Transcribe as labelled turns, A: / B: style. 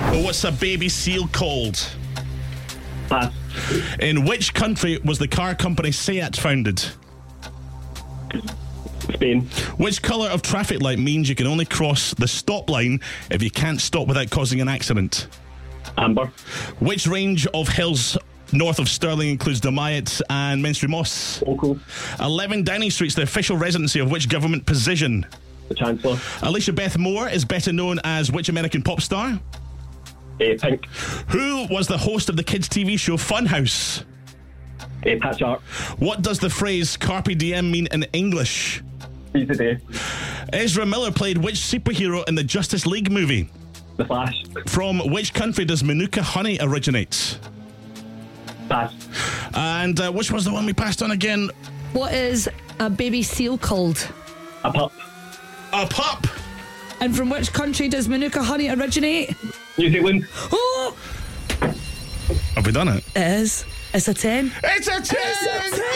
A: But what's a baby seal called?
B: Pass.
A: In which country was the car company Seat founded?
B: Spain.
A: Which colour of traffic light means you can only cross the stop line if you can't stop without causing an accident?
B: Amber.
A: Which range of hills north of Stirling includes the Myatt and Menstrie Moss?
B: Local.
A: 11 Downing Street's the official residency of which government position?
B: The Chancellor.
A: Alicia Beth Moore is better known as which American pop star?
B: Uh, Pink.
A: Who was the host of the kids' TV show Funhouse?
B: Uh, Pat Sharp.
A: What does the phrase carpe diem mean in English?
B: Seize the day.
A: Ezra Miller played which superhero in the Justice League movie?
B: The Flash.
A: From which country does Manuka honey originate?
B: Pass.
A: And uh, which was the one we passed on again?
C: What is a baby seal called?
B: A pup.
A: A pup.
C: And from which country does Manuka honey originate?
B: New Zealand.
C: Oh,
A: Have we done it?
C: it is. It's a 10.
A: It's a ten.
C: It's a 10!